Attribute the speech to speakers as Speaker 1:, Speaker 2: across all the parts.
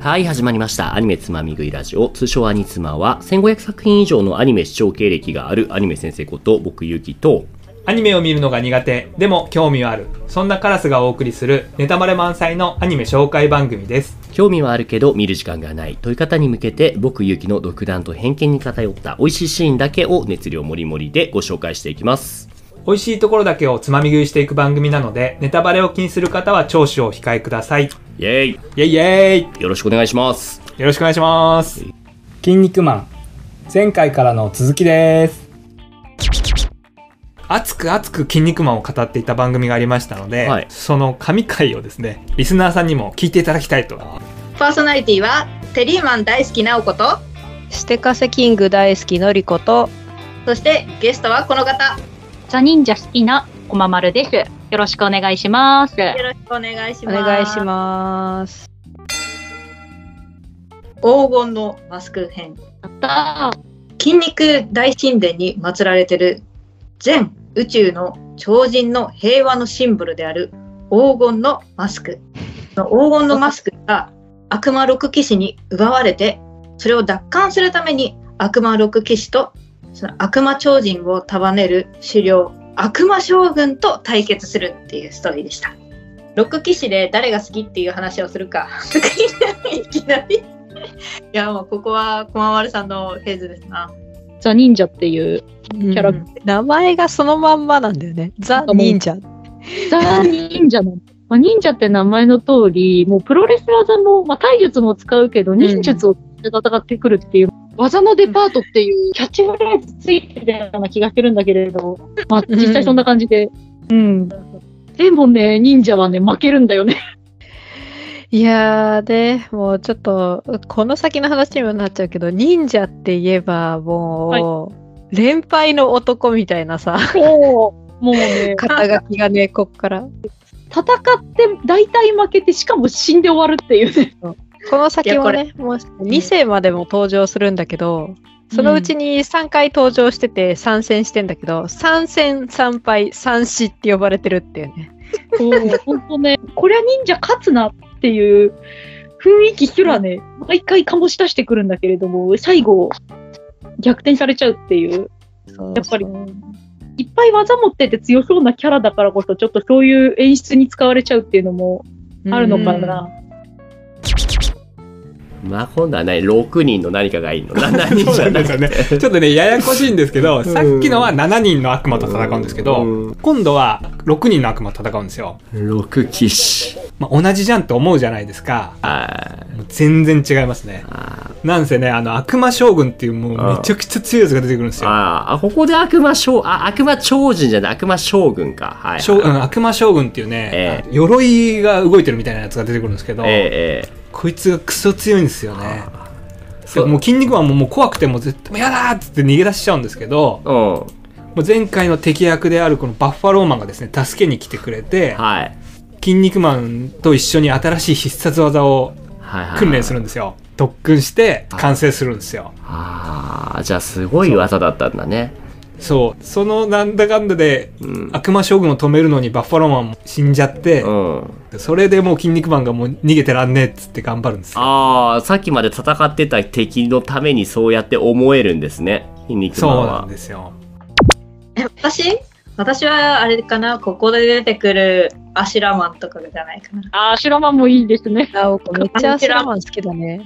Speaker 1: はい、始まりました。アニメつまみ食いラジオ。通称アニツマは、1500作品以上のアニメ視聴経歴があるアニメ先生こと、僕ゆきと、
Speaker 2: アニメを見るのが苦手でも興味はあるそんなカラスがお送りするネタバレ満載のアニメ紹介番組です
Speaker 1: 興味はあるけど見る時間がないという方に向けて、僕ゆきの独断と偏見に偏った美味しいシーンだけを熱量もりもりでご紹介していきます。
Speaker 2: 美味しいところだけをつまみ食いしていく番組なのでネタバレを気にする方は聴取をお控えくださいイ
Speaker 1: イェー
Speaker 2: ェイイェイ
Speaker 1: イよろしくお願いします。
Speaker 2: よろしくお願いします
Speaker 3: 筋肉マン前回からの続きです
Speaker 2: 熱く熱く筋肉マンを語っていた番組がありましたので、
Speaker 1: はい
Speaker 2: その神回をですねリスナーさんにも聞いていただきたいと
Speaker 4: パーソナリティはテリーマン大好きなおこと
Speaker 5: ステカセキング大好きのりこと
Speaker 4: そしてゲストはこの方よ
Speaker 6: ザ忍者好きなおままるです。よろしくお願いします。
Speaker 4: ろしくお願いし
Speaker 5: お
Speaker 4: ます
Speaker 5: 願いします
Speaker 4: 黄金のマスク編
Speaker 6: やったー
Speaker 4: 筋肉大神殿に祀られてる全宇宙の超人の平和のシンボルである黄金のマスクその黄金のマスクが悪魔六騎士に奪われてそれを奪還するために悪魔六騎士とその悪魔超人を束ねる狩猟悪魔将軍と対決するっていうストーリーでした六騎士で誰が好きっていう話をするか いきなりいやもうここは駒丸さんのフェーズですな
Speaker 6: ザ忍者っていう
Speaker 4: キ
Speaker 5: ャラ名前がそのまんまなんだよねザ・忍者
Speaker 6: ザ忍者の、 まあ、忍者って名前の通り、もうプロレス技も、まあ、体術も使うけど、忍術を戦ってくるっていう、技のデパートっていうキャッチフレーズついてたような気がするんだけれど、まあ、実際そんな感じで。うん。でもね、忍者はね、負けるんだよね。
Speaker 5: いやーねもうちょっとこの先の話にもなっちゃうけど忍者って言えばもう、連敗の男みたいな さ
Speaker 6: もうね、
Speaker 5: 肩書きがねこっから
Speaker 6: 戦って大体負けて、しかも死んで終わるっていうね。
Speaker 5: この先も
Speaker 4: い
Speaker 5: ねもう2世までも登場するんだけどそのうちに3回登場してて参戦してんだけど、参戦参敗参死って呼ばれてるっていうね
Speaker 6: そう、本当ね、こりゃ忍者勝つなっていう雰囲気すらね、毎回醸し出してくるんだけれども、最後、逆転されちゃうっていう、やっぱり、いっぱい技持ってて強そうなキャラだからこそ、ちょっとそういう演出に使われちゃうっていうのもあるのかな。
Speaker 1: まあ、今度はね、6人の何かがいいの。7人
Speaker 2: そう
Speaker 1: じ
Speaker 2: な
Speaker 1: ゃ
Speaker 2: ん
Speaker 1: な
Speaker 2: で
Speaker 1: く
Speaker 2: す
Speaker 1: て
Speaker 2: よね。ちょっとね、ややこしいんですけど、さっきのは7人の悪魔と戦うんですけど、
Speaker 1: うん
Speaker 2: 今度は6人の悪魔と戦うんですよ。
Speaker 1: 六騎士。
Speaker 2: まあ、同じじゃんと思うじゃないですか。
Speaker 1: あ
Speaker 2: もう全然違いますね。
Speaker 1: あ。
Speaker 2: なんせね、あの、悪魔将軍っていうもうめちゃくちゃ強いやつが出てくるんですよ。
Speaker 1: あーあ、ここで悪魔将、あ、悪魔超人じゃない、悪魔将軍か。はい、はい。
Speaker 2: 将うん悪魔将軍っていうね、
Speaker 1: え
Speaker 2: 鎧が動いてるみたいなやつが出てくるんですけど、
Speaker 1: ええ
Speaker 2: こいつがクソ強いんですよね。
Speaker 1: ええ。
Speaker 2: でもう筋肉マンももう怖くてもう絶対もうやだーっつって逃げ出しちゃうんですけど、
Speaker 1: うん。
Speaker 2: もう前回の敵役であるこのバッファローマンがですね、助けに来てくれて、
Speaker 1: はい。
Speaker 2: 筋肉マンと一緒に新しい必殺技を
Speaker 1: はいはい。
Speaker 2: 訓練するんですよ。特訓して
Speaker 1: はい
Speaker 2: 完成するんですよ。
Speaker 1: ああ、じゃあすごい技だったんだね。
Speaker 2: そう。そのなんだかんだで、
Speaker 1: うん。
Speaker 2: 悪魔将軍を止めるのにバッファローマンも死んじゃって
Speaker 1: う、ん。
Speaker 2: それでもう筋肉マンがもう逃げてらんねえっつって頑張るんですよ。
Speaker 1: ああ、さっきまで戦ってた敵のためにそうやって思えるんですね。筋肉マン
Speaker 2: そう
Speaker 1: は。
Speaker 2: なんですよ。
Speaker 4: え私私はあれかなここで出てくるアシュラマンとかじゃないかな
Speaker 6: あー、シュラマンもいいですね。
Speaker 5: あおこめっちゃアシュラマン好きだね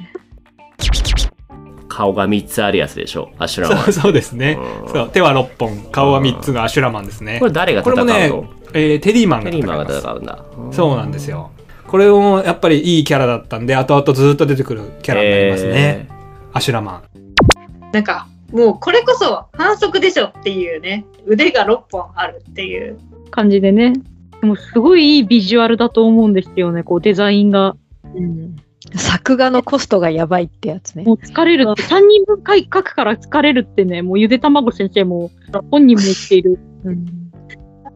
Speaker 1: 顔が3つあるやつでしょ。アシュラマン
Speaker 2: そうそうですね。
Speaker 1: うん
Speaker 2: そう手は6本、顔は3つのアシュラマンですね
Speaker 1: こ。れ誰が
Speaker 2: こ
Speaker 1: 戦
Speaker 2: れ
Speaker 1: うの、
Speaker 2: もね、えーテリーマンが
Speaker 1: テ
Speaker 2: 戦い
Speaker 1: リーマン
Speaker 2: ま
Speaker 1: が
Speaker 2: す
Speaker 1: 戦。うんだ。
Speaker 2: そうなんですよ。これもやっぱりいいキャラだったんで、後々ずっと出てくるキャラになりますね。アシュラマン。
Speaker 4: なんかもうこれこそ反則でしょっていうね腕が6本あるっていう
Speaker 6: 感じでね。でもうすごいいいビジュアルだと思うんですよね、こうデザインが。
Speaker 5: うん作画のコストがやばいってやつね
Speaker 6: もう疲れるって、3人分書くから疲れるってね、もうゆで卵先生も本人も言ってい る。
Speaker 5: うん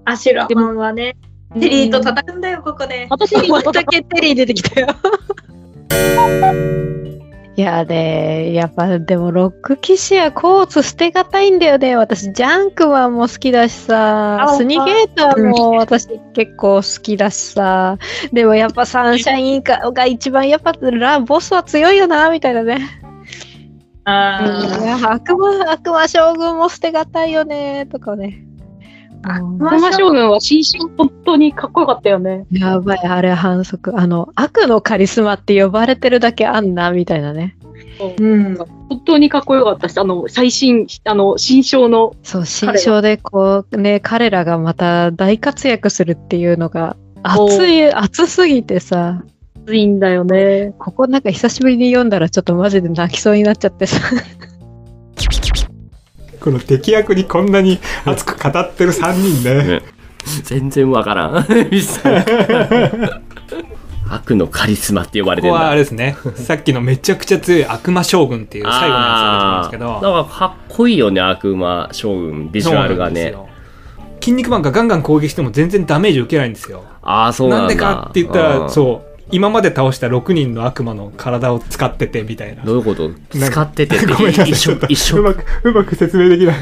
Speaker 4: アシュラマンはねテリーと戦うんだよここで
Speaker 6: またテ
Speaker 5: テ
Speaker 6: リ
Speaker 5: リ
Speaker 6: ー
Speaker 5: ー
Speaker 6: と
Speaker 5: だ
Speaker 6: 戦
Speaker 5: けテリー出てきたよ いいやね、やっぱでもロック騎士やコーツ捨てがたいんだよね。私、ジャンクマンも好きだしさ
Speaker 4: あ、
Speaker 5: スニーゲーターも私結構好きだしさ、でもやっぱサンシャインかが一番やっぱラボスは強いよな、みたいなね。い
Speaker 4: あ
Speaker 5: や悪魔、悪魔将軍も捨てがたいよね、とかね。うん
Speaker 6: 悪魔将軍は新進本当にかっこよかったよね。
Speaker 5: やばい、あれ反則。あの、悪のカリスマって呼ばれてるだけあんな、みたいなね。
Speaker 4: ーうん。
Speaker 6: 本当にかっこよかったし、あの、最新、あの、新章の、
Speaker 5: そう、新章でこう、ね、彼らがまた大活躍するっていうのが、熱い、熱すぎてさ、
Speaker 6: いいんだよね。
Speaker 5: ここなんか久しぶりに読んだらちょっとマジで泣きそうになっちゃってさ。
Speaker 2: この敵役にこんなに熱く語ってる3人ね。
Speaker 1: 全然わからん。 ミスさん悪のカリスマって呼ば
Speaker 2: こ
Speaker 1: れて
Speaker 2: こ
Speaker 1: ん
Speaker 2: はあ
Speaker 1: だ。
Speaker 2: れですね。 さっきのめちゃくちゃ強い悪魔将軍っていう最後のやつだと思うんですけど。
Speaker 1: あーなんかかっこいいよね、悪魔将軍、ビジ
Speaker 2: そう
Speaker 1: ュア
Speaker 2: な
Speaker 1: ルが
Speaker 2: んです
Speaker 1: ね。
Speaker 2: よ。筋肉マンがガンガン攻撃しても全然ダメージ受けないんですよ。
Speaker 1: ああ、そう
Speaker 2: な
Speaker 1: なんんだ。
Speaker 2: でかって言った
Speaker 1: う
Speaker 2: ら、
Speaker 1: ん
Speaker 2: そう。今まで倒した6人の悪魔の体を使っててみたいな。
Speaker 1: どういうこと
Speaker 2: なんか
Speaker 1: 使ってて
Speaker 2: ごめんなさい。
Speaker 1: 一緒一
Speaker 2: ちょ
Speaker 1: 緒
Speaker 2: っとうまく、うまく説明できない。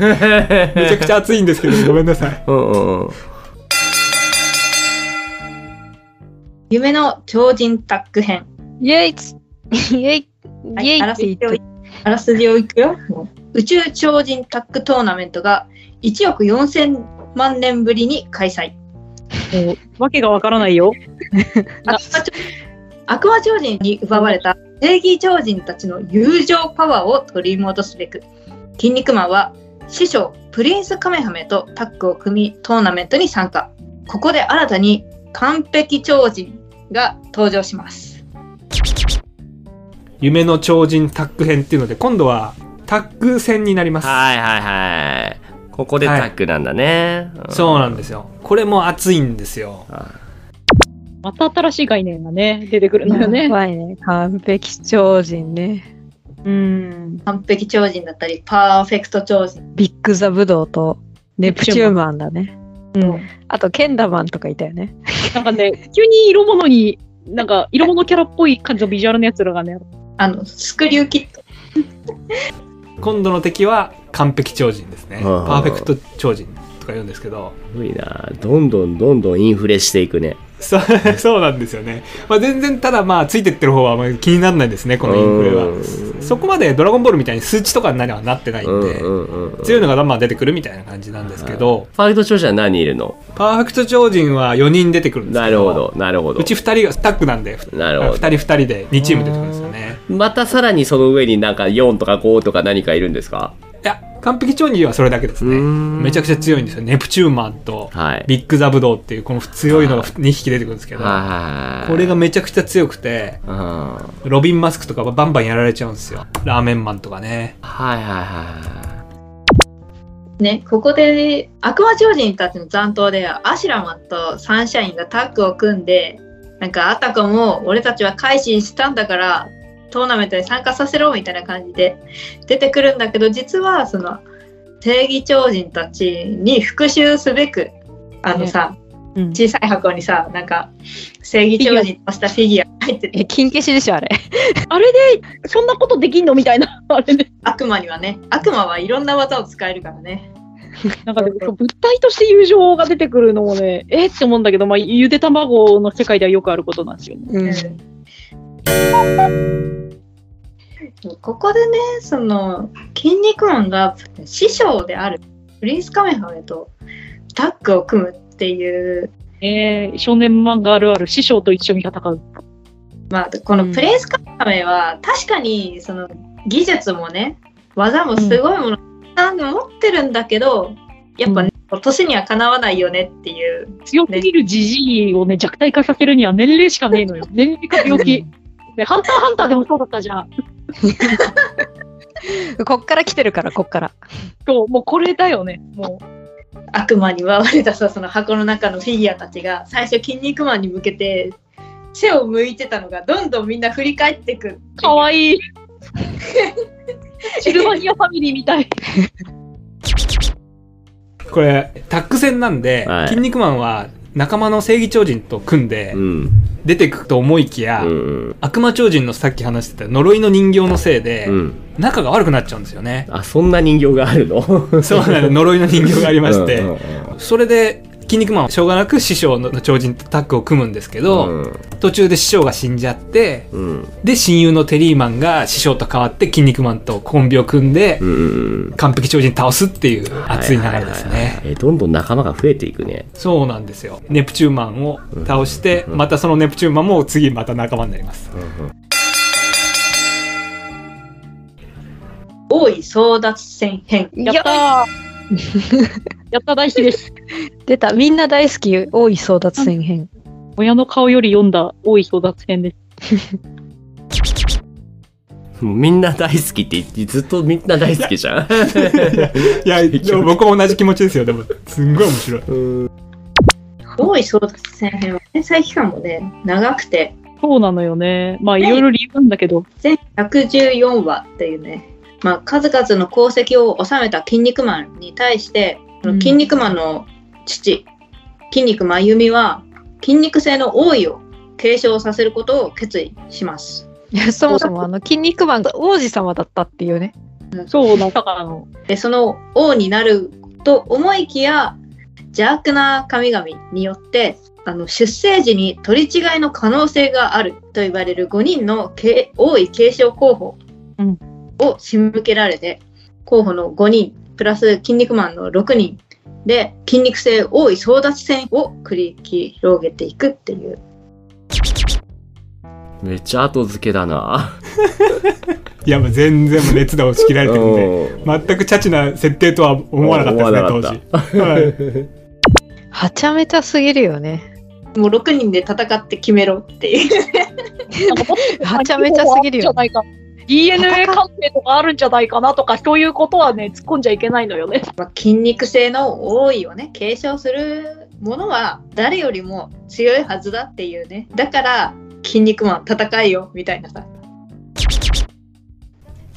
Speaker 2: めちゃくちゃ熱いんですけど、ごめんなさい。
Speaker 1: うんうんうん
Speaker 4: 夢の超人タッグ編。
Speaker 5: イェイツイェイ
Speaker 4: は
Speaker 5: イ
Speaker 4: い、あら
Speaker 5: ェ
Speaker 4: す
Speaker 5: イ
Speaker 4: じ
Speaker 5: って
Speaker 4: を
Speaker 5: 言って、
Speaker 4: あらすじをいくよ。宇宙超人タッグトーナメントが1億4000万年ぶりに開催。
Speaker 6: わけがわからないよ。
Speaker 4: 悪魔超悪魔超人に奪われた正義超人たちの友情パワーを取り戻すべく、筋肉マンは師匠プリンスカメハメとタッグを組みトーナメントに参加。ここで新たに完璧超人が登場します。
Speaker 2: 夢の超人タッグ編っていうので、今度はタッグ戦になります。
Speaker 1: はいはいはい。ここでタッグなんだね。
Speaker 2: そうなんですよ。これも熱いんですよ。
Speaker 6: また新しい概念がね、出てくるんだよ
Speaker 5: や
Speaker 6: ね。
Speaker 5: ばいね。完璧超人ね。
Speaker 6: うん。
Speaker 4: 完璧超人だったり、パーフェクト超人。
Speaker 5: ビッグザブドウとネプチューマンだね。
Speaker 6: うん
Speaker 5: あと、ケンダマンとかいたよね。
Speaker 6: なんかね、急に色物に、なんか色物キャラっぽい感じのビジュアルのやつらがね、
Speaker 4: あの、スクリューキット。
Speaker 2: 今度の敵は完璧超人ですね。
Speaker 1: はいはいはい
Speaker 2: パーフェクト超人とか言うんですけど。
Speaker 1: すごいな。どんどんどんどんインフレしていくね。
Speaker 2: そう、 そうなんですよね。まあ、全然、ただまあ、ついてってる方はあまり気にならないですね、このインフレ
Speaker 1: うん
Speaker 2: は。そこまでドラゴンボールみたいに数値とかにはなってないんで、強いの
Speaker 1: が
Speaker 2: がまあ出てくるみたいな感じなんですけど、
Speaker 1: ファイト長者は何人いるの
Speaker 2: パーフェクト超人は4人出てくるんです
Speaker 1: な
Speaker 2: けど、
Speaker 1: るほど、なるほど
Speaker 2: う。ち2人がタッグなんで、
Speaker 1: なる
Speaker 2: 2
Speaker 1: ほ
Speaker 2: 人
Speaker 1: ど。
Speaker 2: 2人で2チーム出てくるんですよね。
Speaker 1: またさらにその上になんか4とか5とか何かいるんですか
Speaker 2: いや、完璧超人はそれだけですね。め
Speaker 1: め
Speaker 2: ちゃくちゃ強いんですよ。ネプチューマンと、
Speaker 1: はい。
Speaker 2: ビッグザブドウっていう、この強いのが2匹出てくるんですけど、
Speaker 1: はい。
Speaker 2: これがめちゃくちゃ強くて、
Speaker 1: うん。はい
Speaker 2: ロビン・マスクとかバンバンやられちゃうんですよ。ラーメンマンとかね。
Speaker 1: はいは
Speaker 4: ね、ここで悪魔超人たちの残党でアシュラマンとサンシャインがタッグを組んでなんかあたかも俺たちは改心したんだからトーナメントに参加させろみたいな感じで出てくるんだけど実はその正義超人たちに復讐すべくあのさ、
Speaker 5: うん
Speaker 4: 小さい箱にさなんか正義超人としたフィギュアが入って
Speaker 5: え、
Speaker 4: て
Speaker 5: 金消しでしょ、あれ。
Speaker 6: あれで、そんなことできんのみたいな、 あれで。
Speaker 4: 悪魔にはね悪魔はいろんな技を使えるからね。
Speaker 6: なんかでも物体として友情が出てくるのもね、えって思うんだけど、まあ、ゆで卵の世界ではよくあることなんですよね。
Speaker 5: うん。
Speaker 4: ここでねその筋肉マンが師匠であるプリンスカメハメとタッグを組むっていう、
Speaker 6: えー少年漫画あるある、師匠と一緒に戦う。
Speaker 4: まあ、このプリンスカメハメは確かにその技術もね技もすごいもの、持ってるんだけどやっぱね、年にはかなわないよねっていう
Speaker 6: 強すぎるじじいをね、弱体化させるには年齢しかねえのよ。年齢か病気。ねハンターハンターでもそうだったじゃん。
Speaker 5: こっから来てるから、こっから。
Speaker 6: そう、もうこれだよね。も
Speaker 4: 悪魔に奪われたさその箱の中のフィギュアたちが最初筋肉マンに向けて背を向いてたのがどんどんみんな振り返ってく
Speaker 6: う、かわい い。シルバニアファミリーみたい。
Speaker 2: これタッグ戦なんで、
Speaker 1: はい
Speaker 2: 筋肉マンは仲間の正義超人と組んで、
Speaker 1: い。うん。
Speaker 2: 出てくと思いきや、
Speaker 1: うん
Speaker 2: 悪魔超人のさっき話してた呪いの人形のせいで、
Speaker 1: うん、
Speaker 2: 仲が悪くなっちゃうんですよね
Speaker 1: あそんな人形があるの
Speaker 2: そうなの呪いの人形がありまして
Speaker 1: うんうん
Speaker 2: それで筋肉マンはしょうがなく師匠の超人とタッグを組むんですけど、途中で師匠が死んじゃって
Speaker 1: うん
Speaker 2: で親友のテリーマンが師匠と変わって筋肉マンとコンビを組んで、
Speaker 1: うんうん
Speaker 2: 完璧超人倒すっていう熱い流れですね、
Speaker 1: はいはいはいはいえどんどん仲間が増えていくね
Speaker 2: そうなんですよネプチューマンを倒して、
Speaker 1: うん
Speaker 2: またそのネプチューマンも次また仲間になります
Speaker 4: 大井争奪戦編。
Speaker 6: やったーやった大好きです。
Speaker 5: 出た。みんな大好き、多い争奪戦編。
Speaker 6: 親の顔より読んだ多い争奪戦です。
Speaker 1: もうみんな大好きって言ってずっとみんな大好きじゃん
Speaker 2: いやでも僕も同じ気持ちですよでもすんごい面白い
Speaker 4: 大井争奪戦編は連載期間もね、長くて、
Speaker 6: そうなのよね。まあいろいろ理由なんだけど、
Speaker 4: 全114話っていうね、まあ、数々の功績を収めた筋肉マンに対して、
Speaker 6: うん
Speaker 4: 筋肉マンの父筋肉真由美は筋肉性の王位を継承させることを決意します
Speaker 5: いや、そもそもあ の、筋肉マンが王子様だったっていうね。
Speaker 6: そうなだからあの
Speaker 4: でその王になると思いきや邪悪な神々によってあの出生時に取り違いの可能性があると言われる5人のけ王位継承候補
Speaker 6: うん
Speaker 4: を仕向けられて、候補の5人プラス筋肉マンの6人で筋肉性王位争奪戦を繰り広げていくっていう
Speaker 1: めっちゃ後付けだ ない
Speaker 2: やもう全然もう熱打を仕切られてるんで
Speaker 1: うん
Speaker 2: 全くチャチな設定とは思わなかったですね当時、はい
Speaker 5: はちゃめちゃすぎるよね。
Speaker 4: もう6人で戦って決めろっていう
Speaker 5: はちゃめちゃすぎるよ。
Speaker 6: DNA 鑑定とかあるんじゃないかなとか、そういうことはね、突っ込んじゃいけないのよね。
Speaker 4: まあ、筋肉性の王位をね継承するものは誰よりも強いはずだっていうねだから筋肉マン戦いよみたいなさ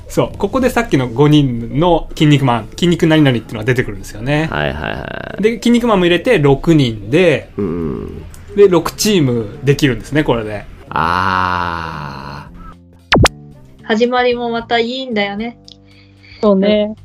Speaker 2: そうここでさっきの5人の「筋肉マン」「筋肉何々」っていうのが出てくるんですよね
Speaker 1: はいはいは
Speaker 2: で筋肉マンも入れて6人で
Speaker 1: いうん
Speaker 2: で6チームできるんですねこれで
Speaker 1: あー
Speaker 4: 始まりもまたいいんだよね
Speaker 6: そうね。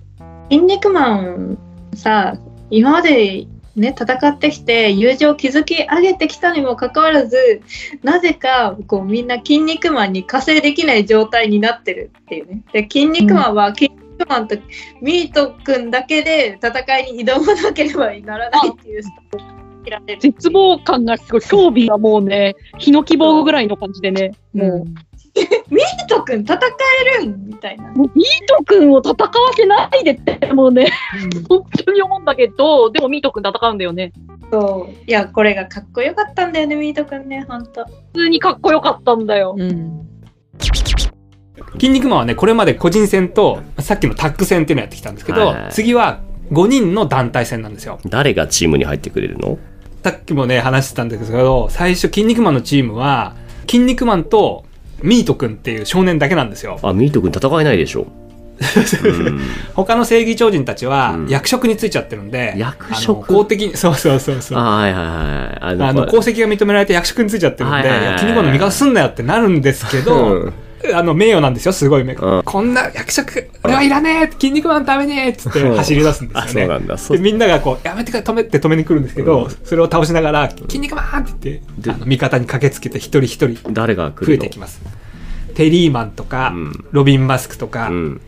Speaker 4: 筋肉マンさ今までね戦ってきて友情を築き上げてきたにもかかわらずなぜかこうみんな筋肉マンに加勢できない状態になってるっていうねで筋肉マンは筋肉マンとミート君だけで戦いに挑まなければならないっていうスタイルを切られる
Speaker 6: 絶望感がすごい。装備がもうね、ヒノキ棒ぐらいの感じでね、も
Speaker 5: う
Speaker 4: ミート君戦えるんみたいな
Speaker 6: う、もうミート君を戦わせないでって、もうね、 本当に思うんだけど、でもミート君戦うんだよね。
Speaker 4: そういやこれがかっこよかったんだよねミート君ねほんと
Speaker 6: 普通にかっこよかったんだよ。
Speaker 5: うん。
Speaker 2: 筋肉マンはねこれまで個人戦とさっきのタッグ戦っていうのやってきたんですけど、
Speaker 1: はいはい
Speaker 2: 次は5人の団体戦なんですよ
Speaker 1: 誰がチームに入ってくれるの
Speaker 2: さっきもね話してたんですけど最初筋肉マンのチームは筋肉マンとミート君っていう少年だけなんですよ
Speaker 1: あミート君戦えないでしょ、うん
Speaker 2: 他の正義超人たちは
Speaker 1: うん
Speaker 2: 役職についちゃってるんで、
Speaker 1: 役
Speaker 2: あの
Speaker 1: 職
Speaker 2: 公的にそうそうそうそう
Speaker 1: あはいはいはいあ
Speaker 2: あの功績が認められて役職についちゃってるんで、
Speaker 1: はいいはいはい
Speaker 2: や筋肉マンの味方すんなよってなるんですけど、
Speaker 1: うん
Speaker 2: あの、名誉なんですよ、すごい名誉。
Speaker 1: うん
Speaker 2: こんな役職、俺はいらねえ筋肉マンのためにっつって走り出すんで
Speaker 1: あ
Speaker 2: す
Speaker 1: そう
Speaker 2: よ
Speaker 1: な
Speaker 2: ね。
Speaker 1: んだそ
Speaker 2: で、
Speaker 1: う
Speaker 2: みんながこう、やめてくれ、止めって止めに来るんですけど、
Speaker 1: うん
Speaker 2: それを倒しながら、筋肉マンって言って、
Speaker 1: で
Speaker 2: あの味方に駆けつけて一人一人
Speaker 1: 誰が来
Speaker 2: 増え
Speaker 1: るの
Speaker 2: てきます。テリーマンとか、
Speaker 1: うん
Speaker 2: ロビン・マスクとか、
Speaker 1: うん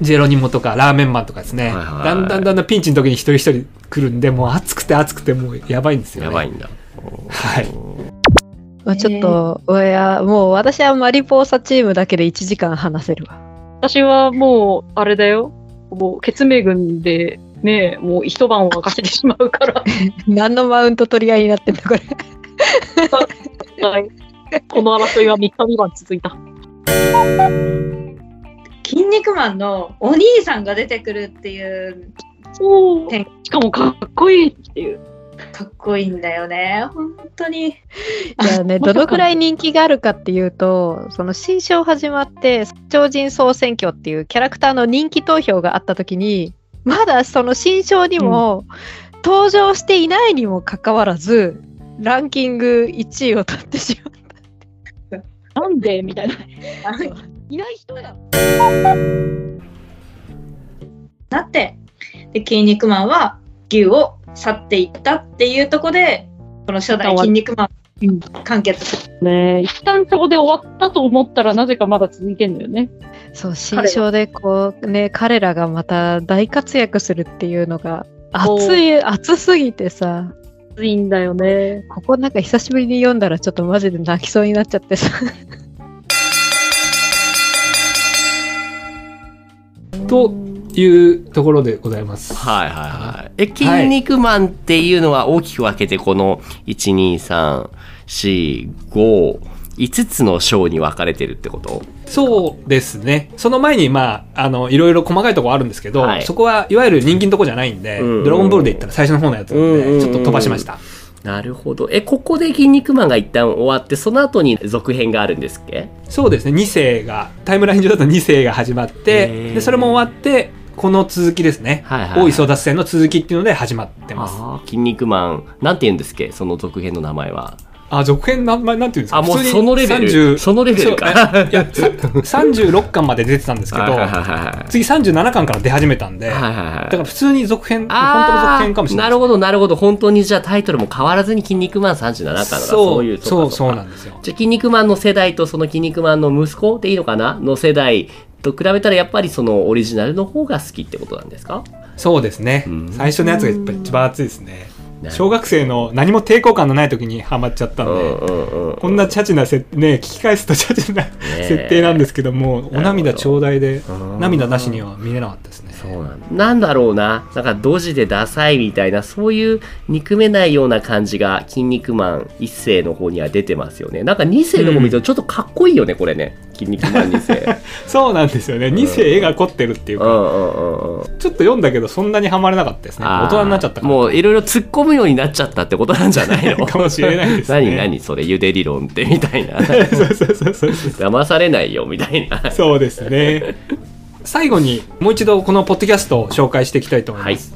Speaker 2: ジェロニモとか、ラーメンマンとかですね、
Speaker 1: はいはい
Speaker 2: だんだんだんだんピンチの時に一人一人来るんで、もう熱くて熱くて、もうやばいんですよ、ね。
Speaker 1: やばいんだ
Speaker 2: はい。
Speaker 5: まあ、ちょっと、いや、もう私はマリポーサチームだけで1時間話せるわ。
Speaker 6: 私はもう、あれだよ。もう、血明軍で、ね、もう一晩を明かせてしまう から、
Speaker 5: 何のマウント取り合いになってんだ、これ。
Speaker 6: はいこの争いは3日未満続いた。
Speaker 4: 筋肉マンのお兄さんが出てくるっていう
Speaker 6: そう。しかもかっこいいっていう。
Speaker 4: かっこいいんだよね本当に
Speaker 5: いや ね、どのくらい人気があるかっていうと、その新章始まって、超人総選挙っていうキャラクターの人気投票があったときに、まだその新章にも、登場していないにもかかわらず、ランキング1位を取ってしまった。
Speaker 6: なんでみたいな。いない人だ。
Speaker 4: なってで筋肉マンは牛を去っていったっていうとこでこの初代筋肉マン完結する
Speaker 6: ね一旦そこで終わったと思ったら、なぜかまだ続いてんだよね。
Speaker 5: そう、新章でこうね、彼らがまた大活躍するっていうのが、熱い、熱すぎてさ、
Speaker 6: 熱いんだよね。
Speaker 5: ここなんか久しぶりに読んだらちょっとマジで泣きそうになっちゃってさ。
Speaker 2: というところでございます。
Speaker 1: はいはいはい。え、筋肉マンっていうのは大きく分けて、この、1、2、3、4、5、5つの章に分かれてるってこと
Speaker 2: そうですね。その前に、まあ、あの、いろいろ細かいところあるんですけど、
Speaker 1: はい
Speaker 2: そこはいわゆる人気のとこじゃないんで、
Speaker 1: うんうん
Speaker 2: ドラゴンボールで言ったら最初の方のやつなんで、
Speaker 1: うんうんうん
Speaker 2: ちょっと飛ばしました。
Speaker 1: なるほど。え、ここで筋肉マンが一旦終わって、その後に続編があるんですっけ
Speaker 2: そうですね、2世が、タイムライン上だと2世が始まっ
Speaker 1: へー
Speaker 2: て、で、それも終わって、この続きですね。
Speaker 1: はいはいはい
Speaker 2: 大井争奪戦の続きっていうので始まってます。
Speaker 1: ああ、筋肉マン、なんて言うんですっけその続編の名前は。
Speaker 2: あ、続編なん、まなんていうんですか
Speaker 1: あ、もう
Speaker 2: 普通に
Speaker 1: そのレベル。
Speaker 2: 30
Speaker 1: そのレベルか。
Speaker 2: そうえいや、さ36巻まで出てたんですけ
Speaker 1: はい
Speaker 2: ど
Speaker 1: はい、はいはい
Speaker 2: 次37巻から出始めたんで、
Speaker 1: はい
Speaker 2: だ
Speaker 1: はいはい
Speaker 2: から普通に続編、本当の
Speaker 1: あ
Speaker 2: 続
Speaker 1: ー
Speaker 2: 編かもしれな
Speaker 1: な
Speaker 2: いです。
Speaker 1: るほど、なるほど。本当にじゃあタイトルも変わらずに筋肉マン37巻だな。そういう、
Speaker 2: そう、
Speaker 1: う
Speaker 2: そ
Speaker 1: か
Speaker 2: うなんですよ。
Speaker 1: じゃあ、筋肉マンの世代とその筋肉マンの息子でいいのかなの世代と比べたらやっぱりそのオリジナルの方が好きってことなんですか
Speaker 2: そうですね
Speaker 1: うん。
Speaker 2: 最初のやつがやっぱり一番熱いですね。
Speaker 1: ね
Speaker 2: 小学生の何も抵抗感のない時にハマっちゃったん
Speaker 1: うん
Speaker 2: で、
Speaker 1: うんうん
Speaker 2: こんなチャチなせ、ね、聞き返すとチャチな設定なんですけども、お涙ちょうだいで、涙なしに
Speaker 1: は
Speaker 2: は見れなかったですね。
Speaker 1: そうなんだなんだろうななんかドジでダサいみたいなそういう憎めないような感じが「筋肉マン」1世の方には出てますよねなんか2世の方見るとちょっとかっこいいよねこれね「筋肉マン2世」
Speaker 2: そうなんですよね。2世絵が凝ってるっていう
Speaker 1: う
Speaker 2: か、
Speaker 1: んうんうんうん
Speaker 2: ちょっと読んだけどそんなにハマれなかったですね。大人になっちゃったから。
Speaker 1: もういろいろ突っ込むようになっちゃったってことなんじゃないの
Speaker 2: かもしれないですね
Speaker 1: 何何それゆで理論ってみた いな
Speaker 2: そうそうそうそうそう。
Speaker 1: 騙されないよみたいな
Speaker 2: そうですね。最後にもう一度このポッドキャストを紹介していきたいと思います。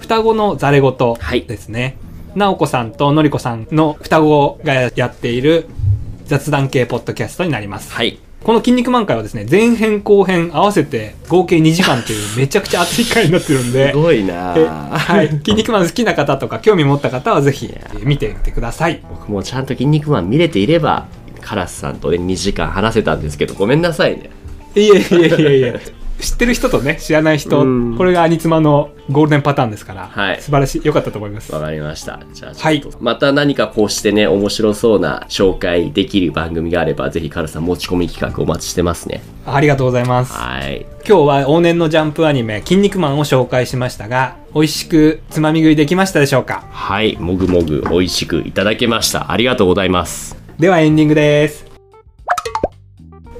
Speaker 2: 双子のザレ言
Speaker 1: はい
Speaker 2: ですね。直子さんとのりこさんの双子がやっている雑談系ポッドキャストになります。
Speaker 1: はい
Speaker 2: この筋肉満開はですね、前編後編合わせて合計2時間と いうめちゃくちゃ熱い回になってるん
Speaker 1: す
Speaker 2: で、
Speaker 1: ごいな
Speaker 2: え
Speaker 1: あ
Speaker 2: はい、筋肉マン好きな方とか興味持った方はぜひえー見てみてください。
Speaker 1: 僕もちゃんと「筋肉マン」見れていればカラスさんとね2時間話せたんですけどごめんなさいね
Speaker 2: いえいえいえいえ。知ってる人とね、知らない人
Speaker 1: うん、
Speaker 2: これがアニツマのゴールデンパターンですから、
Speaker 1: はい
Speaker 2: 素晴らしい、良かったと思います
Speaker 1: わ。かりました。じゃあ、
Speaker 2: はい
Speaker 1: ちょっとまた何かこうしてね、面白そうな紹介できる番組があれば、ぜひカルさん持ち込み企画お待ちしてますね。
Speaker 2: ありがとうございます。
Speaker 1: はい。
Speaker 2: 今日は往年のジャンプアニメ、筋肉マンを紹介しましたが、美味しくつまみ食いできましたでしょうか
Speaker 1: はい。もぐもぐ美味しくいただけました。ありがとうございます。
Speaker 2: ではエンディングです。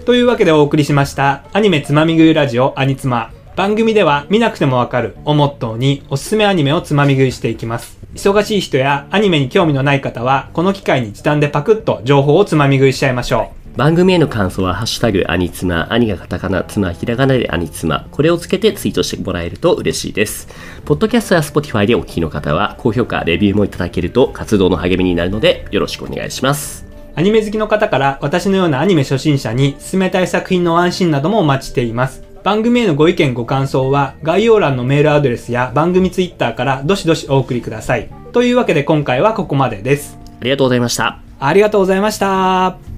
Speaker 2: というわけでお送りしました、アニメつまみ食いラジオアニツマ。番組では見なくてもわかるをモットーにおすすめアニメをつまみ食いしていきます。忙しい人やアニメに興味のない方は、この機会に時短でパクッと情報をつまみ食いしちゃいましょ
Speaker 1: 番組への感想は、ハッシュタグ、アニツマ、アニがカタカナ、ツマひらがなでアニツマ、これをつけてツイートしてもらえると嬉しいです。ポッドキャストや Spotify でお聞きの方は、高評価、レビューもいただけると活動の励みになるので、よろしくお願いします。
Speaker 2: う。アニメ好きの方から私のようなアニメ初心者に進めたい作品のワンシーンなどもお待ちしています。番組へのご意見ご感想は概要欄のメールアドレスや番組ツイッターからどしどしお送りください。というわけで今回はここまでです。
Speaker 1: ありがとうございました。
Speaker 2: ありがとうございました。